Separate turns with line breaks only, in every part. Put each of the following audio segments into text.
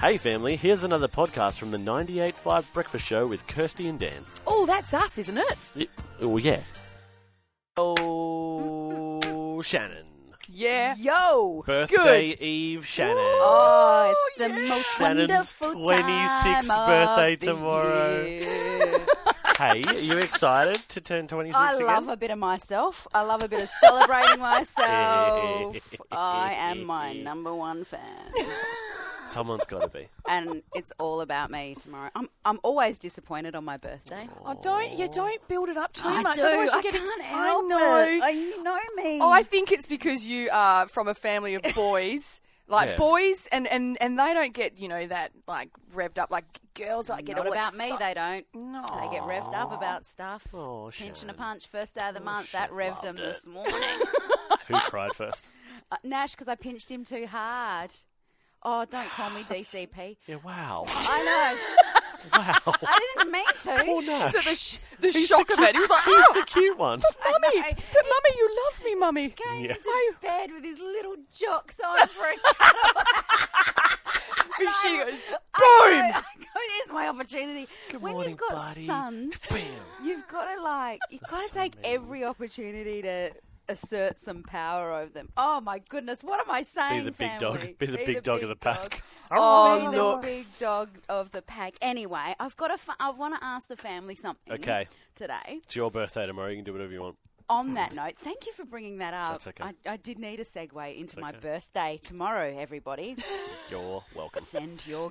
Hey, family, here's another podcast from the 98.5 Breakfast Show with Kirsty and Dan.
Oh, that's us, isn't it?
Y- Oh, yeah. Oh, Shannon.
Yeah.
Yo!
Birthday
Good.
Eve, Shannon.
Oh, it's the
yeah.
most
Shannon's
wonderful
26th
time of
birthday
the
tomorrow.
year.
Hey, are you excited to turn 26
I
again?
love a bit of myself. I love a bit of celebrating myself. I am my number one fan,
Someone's got to be.
and it's all about me tomorrow. I'm I'm always disappointed on my birthday.
Oh, don't yeah, don't build it up too
I
much.
do.
Otherwise you
I
get
can't
ex-
help
I know.
it. Oh, you know me.
Oh, I think it's because you are from a family of boys. Like
Yeah.
boys and, and, and they don't get, you know, that like revved up like girls like get
Not
all
about me.
exci-
They don't.
No. Oh,
They get revved up about stuff.
Oh,
Pinching a
Shannon.
punch, first day of the month. That
Shannon
revved him
loved it.
this morning.
Who cried first?
Uh, Nash, because I pinched him too hard. Oh, don't call me DCP.
Yeah, wow.
I know.
Wow.
I didn't mean
Poor
to.
Nash.
So the, sh- the shock of it. He was like,
He's
oh,
the Oh, cute one.
mummy, but mummy, you love me, mummy.
Came
Yeah.
into bed with his little jocks on for a cuddle.
And she goes,
I
boom.
go- I go, Here's my opportunity.
Good
when
morning,
you've got
buddy.
sons, you've got to like, you've got to take every opportunity to assert some power over them. Oh my goodness, what am I saying?
the big dog-
family?
be the big dog of the pack.
dog.
Oh,
Be
look.
the big dog of the pack. Anyway, I've got to. Fa- I want to ask the family something.
Okay.
Today,
It's your birthday tomorrow. You can do whatever you want.
on that note, thank you for bringing that up.
That's okay.
I, I did need a segue into my
okay.
birthday tomorrow. Everybody,
You're welcome.
send your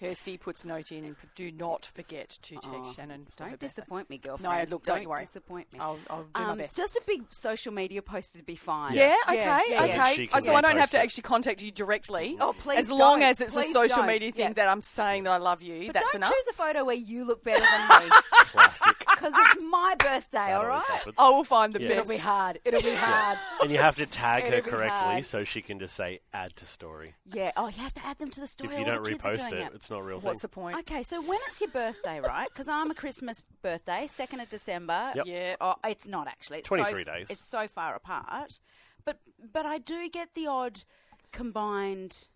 Kirsty puts note in, do not forget to text Shannon. for her
Don't
birthday.
disappoint me, girlfriend.
No, look, don't
don't
worry.
disappoint me.
I'll, I'll do my
Um,
best.
Just a big social media post would be fine.
Yeah,
Yeah,
okay,
yeah. So
okay.
that
she
Oh,
can
so I don't
repost
have to
it.
actually contact you directly.
Oh, please
As long
don't.
as it's
Please
a social
don't.
media thing
Yeah.
that I'm saying that I love you,
But
that's
don't
enough.
choose a photo where you look better than me
Classic.
because it's my birthday.
That
all
always
right. Oh,
happens.
I will find the
Yeah.
It'll
best.
be hard. It'll be hard.
And you have to tag her
It'll be
correctly
hard.
so she can just say add to story.
Yeah. Oh, you have to add them to the story.
if you
all
don't
the kids are
repost
doing
it, it's not a real
What's the
thing.
point?
Okay, so when it's your birthday, right? Because I'm a Christmas birthday, second of December.
Yep.
Yeah.
Oh, it's not actually. It's so
23
f-
days.
It's so far apart, but but I do get the odd combined.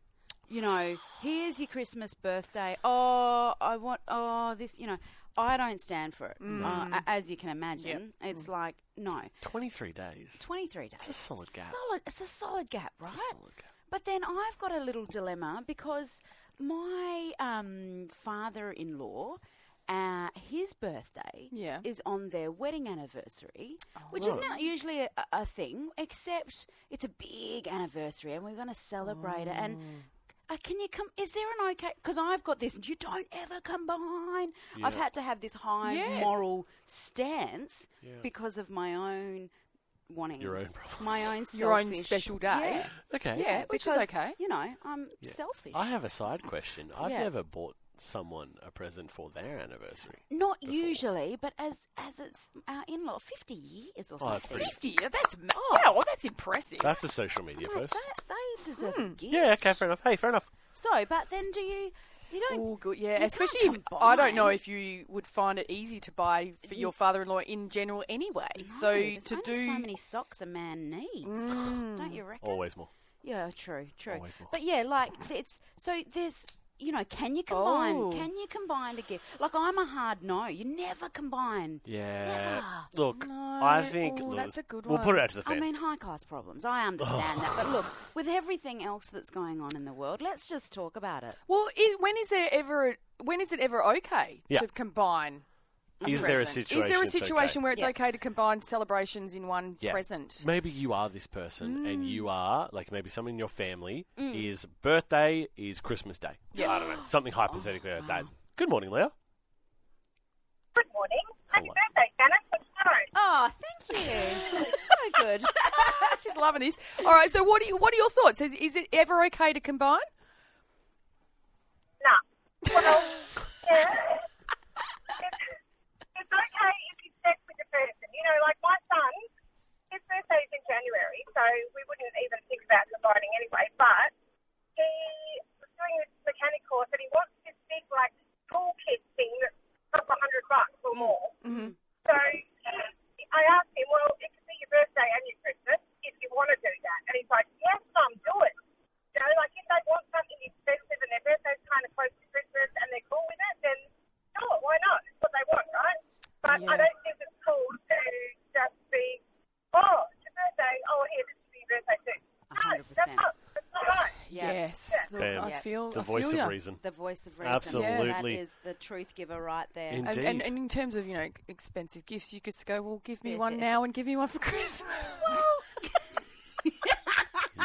You know, here's your Christmas birthday. Oh, I want. Oh, this. You know, I don't stand for it. Uh, a- as you can imagine, it's like no,
23 days.
23 days. It's
a solid gap.
Solid. It's a solid gap, right?
solid gap.
But then I've got a little dilemma because my um, father-in-law, uh, his birthday
Yeah. Oh,
is on their wedding anniversary, which is not usually a, a thing, except it's a big anniversary and we're going to celebrate it. And
Oh.
uh, can you come? Is there an okay? Because I've got this. You don't ever combine. I've had to have this high
Yes.
moral stance because of my own wanting
Your own problems.
my own selfish,
Your own special day.
Yeah,
Okay.
Yeah, which is
because,
okay.
You know, I'm selfish.
I have a side question. I've
Yeah.
never bought someone a present for their anniversary.
Not usually, but as as it's our in-law, fifty years or
Oh, that's
something.
pretty. Oh.
Fifty. That's wow. That's impressive.
That's a social media
I'm like,
post.
that, they deserve
Hmm.
a gift.
Yeah, okay, fair enough. Hey, fair enough.
So, but then do you? You don't.
Oh, good.
you
Yeah,
can't
especially if I don't know
combine.
if you would find it easy to buy for your father-in-law in general anyway.
No,
so
there's
to
only
do
so many socks a man needs, don't you reckon?
Mm. Always more.
Yeah, true, true.
Always more.
But yeah, like it's so there's you know, can you combine?
Oh.
Can you combine to get like I'm a hard no. You never combine.
Yeah.
Never.
Look,
No,
I think.
ooh,
look,
that's a good
We'll put
one.
it out to the
I
fan.
mean, high class problems. I understand that, but look, with everything else that's going on in the world, let's just talk about it.
well. Is, when is there ever? When is it ever okay
Yeah.
to combine?
is there a
present?
situation?
Is there a
it's okay?
situation where it's
Yeah.
okay to combine celebrations in one
Yeah.
present?
Maybe you are this person, and
Mm.
you are like maybe someone in your family is birthday is Christmas Day.
Yeah.
I don't know
Oh,
something hypothetically like that. Good morning, Leah.
Good morning. Happy
Hello.
birthday, Shannon. What's going
Oh, thank you. so good.
She's loving this. All right. So what are you? What are your thoughts? Is, is it ever okay to combine?
Nah. Well, yeah. It's, it's okay if you check with the person. You know, like my son, his birthday's in January, so we wouldn't even think about combining anyway. But he was doing this mechanic course and he wants this big, like, tool kit thing that's a 100 bucks or more. So I asked him, well, it could be your birthday and your Christmas if you want to do that. And he's like, yes, Mum, do it. You know, like if they want something expensive and their birthday's kind of close "Oh, That's
percent.
not, that's not right.
Yeah.
Yes. Look,
Bam.
I
Yeah.
feel
The
I
voice
feel
of
ya.
reason.
The voice of reason.
Absolutely.
That is the truth giver right there.
In-
And, and,
Indeed.
and in terms of you know ex- expensive gifts, you could just go, well, give me one now and give me one for Christmas.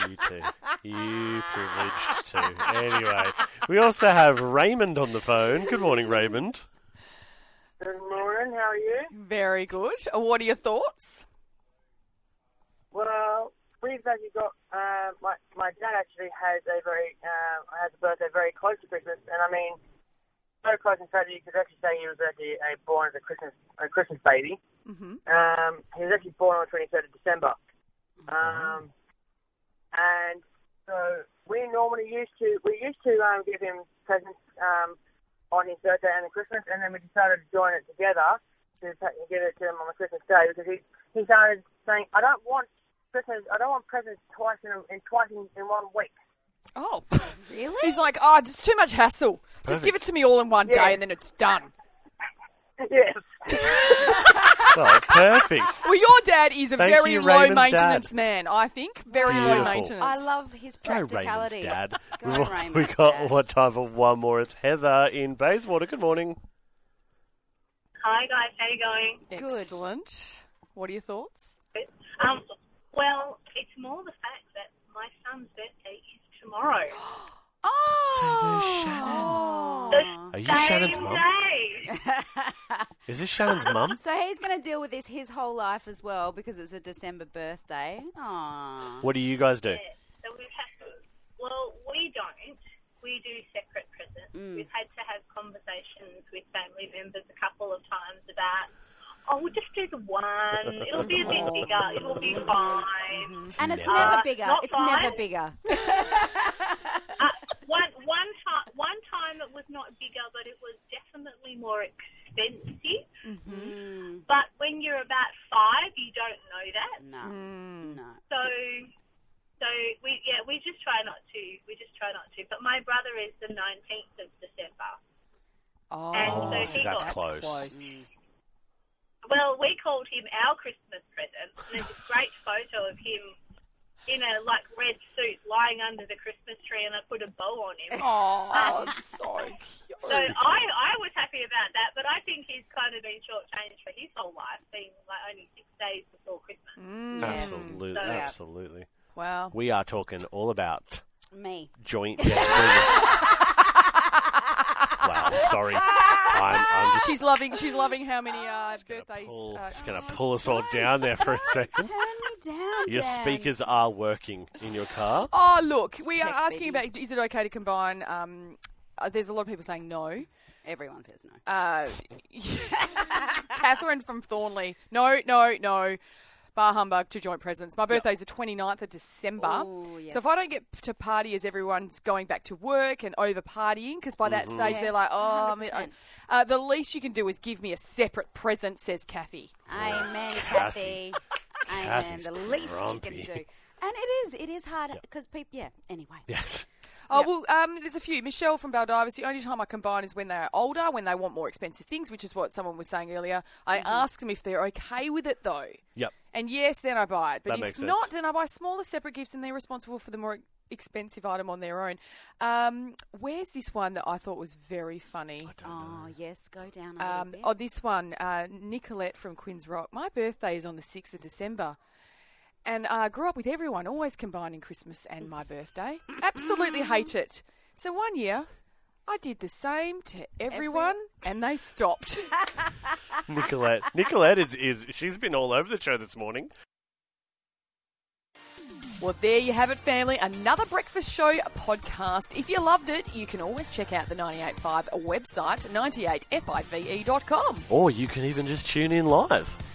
You too. You privileged too. Anyway, we also have Raymond on the phone. Good morning, Raymond.
Good morning. How are you?
Very good. Uh, What are your thoughts?
Well, we've actually got uh, my my dad actually has a very uh, has a birthday very close to Christmas, and I mean so close in fact that you could actually say he was actually a born as a Christmas a Christmas baby.
Mm-hmm.
Um, he was actually born on the 23rd of December. Um, and so we normally used to we used to um, give him presents um, on his birthday and Christmas, and then we decided to join it together to ta- give it to him on the Christmas day because he he started saying, "I don't want Christmas, I don't want presents twice in, a- in twice in, in one week."
Oh,
really?
he's like, oh, just too much hassle. Just give it
Perfect.
to me all in one
Yeah.
day and then it's done.
yes,
Oh, perfect.
Well, your dad is a
Thank
very
you,
low
Raymond's
maintenance
dad.
man. I think very low
Beautiful.
maintenance.
I love his
Go Raymond's
practicality.
dad.
Go
We've-
Raymond's
we got
dad.
what time for one more? It's Heather in Bayswater. Good morning.
Hi guys, how you going?
Good.
Excellent. What are your thoughts?
Um, well, it's more the fact that my son's birthday is tomorrow.
Oh.
Shannon. Are you Shannon's mum?
day.
Is this Shannon's mum?
So he's going to deal with this his whole life as well because it's a December birthday. Aww.
What do you guys do?
So we've had to, well, we don't. We do separate presents. We've had to have conversations with family members a couple of times about, oh, we'll just do the one. It'll be a bit bigger. It will be fine.
And it's
Never.
never
Uh,
bigger.
not
It's
mine.
never bigger.
Uh, one one time, one time it was not bigger, but it was definitely more expensive. But when you're about five, you don't know that.
No. No.
So, so we yeah we just try not to. We just try not to. But my brother is the nineteenth of December.
Oh,
And
Oh,
so
see,
he
that's
got-
close.
Well, we called him our Christmas present. And there's a great photo of him in a like red suit lying under the Christmas tree, and I put a bow on him.
Oh, it's so
So
cute.
I, I was happy about that, but I think he's kind of been shortchanged for his whole life, being like only six days before Christmas.
Absolutely,
Yeah.
absolutely.
Wow.
We are talking all about
Me.
joint. wow, sorry. I'm, I'm just
She's loving. She's loving how many uh, birthdays.
pull,
uh,
just going to pull us all down there for a second.
Turn me down.
Your
Dan.
speakers are working in your car.
Oh, look, we are
Check,
asking
Betty.
about is it okay to combine? Um, uh, there's a lot of people saying no.
Everyone says no.
Uh, Catherine from Thornley, no, no, no. Bar humbug to joint presents. My birthday's the 29th of December.
Ooh, yes.
So if I don't get to party as everyone's going back to work and over partying, because by that stage they're like, oh, I'm
100%.
uh, the least you can do is give me a separate present, says Kathy.
Amen,
Kathy.
Kathy. Amen.
Kathy's
The least
grumpy.
you can do. And it is. It is hard because people. Yeah. Anyway.
Yes.
Oh well, um, there's a few. Michelle from Baldivis. The only time I combine is when they are older, when they want more expensive things, which is what someone was saying earlier. I
Mm-hmm.
ask them if they're okay with it though,
Yep.
and yes, then I buy it. But
That
if
makes sense.
not, then I buy smaller separate gifts, and they're responsible for the more expensive item on their own. Um, where's this one that I thought was very funny?
Oh yes. Go down. A
Um,
little
oh, this one, uh, Nicolette from Queens Rock. My birthday is on the 6th of December. And I grew up with everyone always combining Christmas and my birthday. Absolutely hate it. So one year, I did the same to everyone and they stopped.
Nicolette. Nicolette is, is she's been all over the show this morning.
well, there you have it, family. Another Breakfast Show podcast. If you loved it, you can always check out the 98.5 website, 98five.com.
Or you can even just tune in live.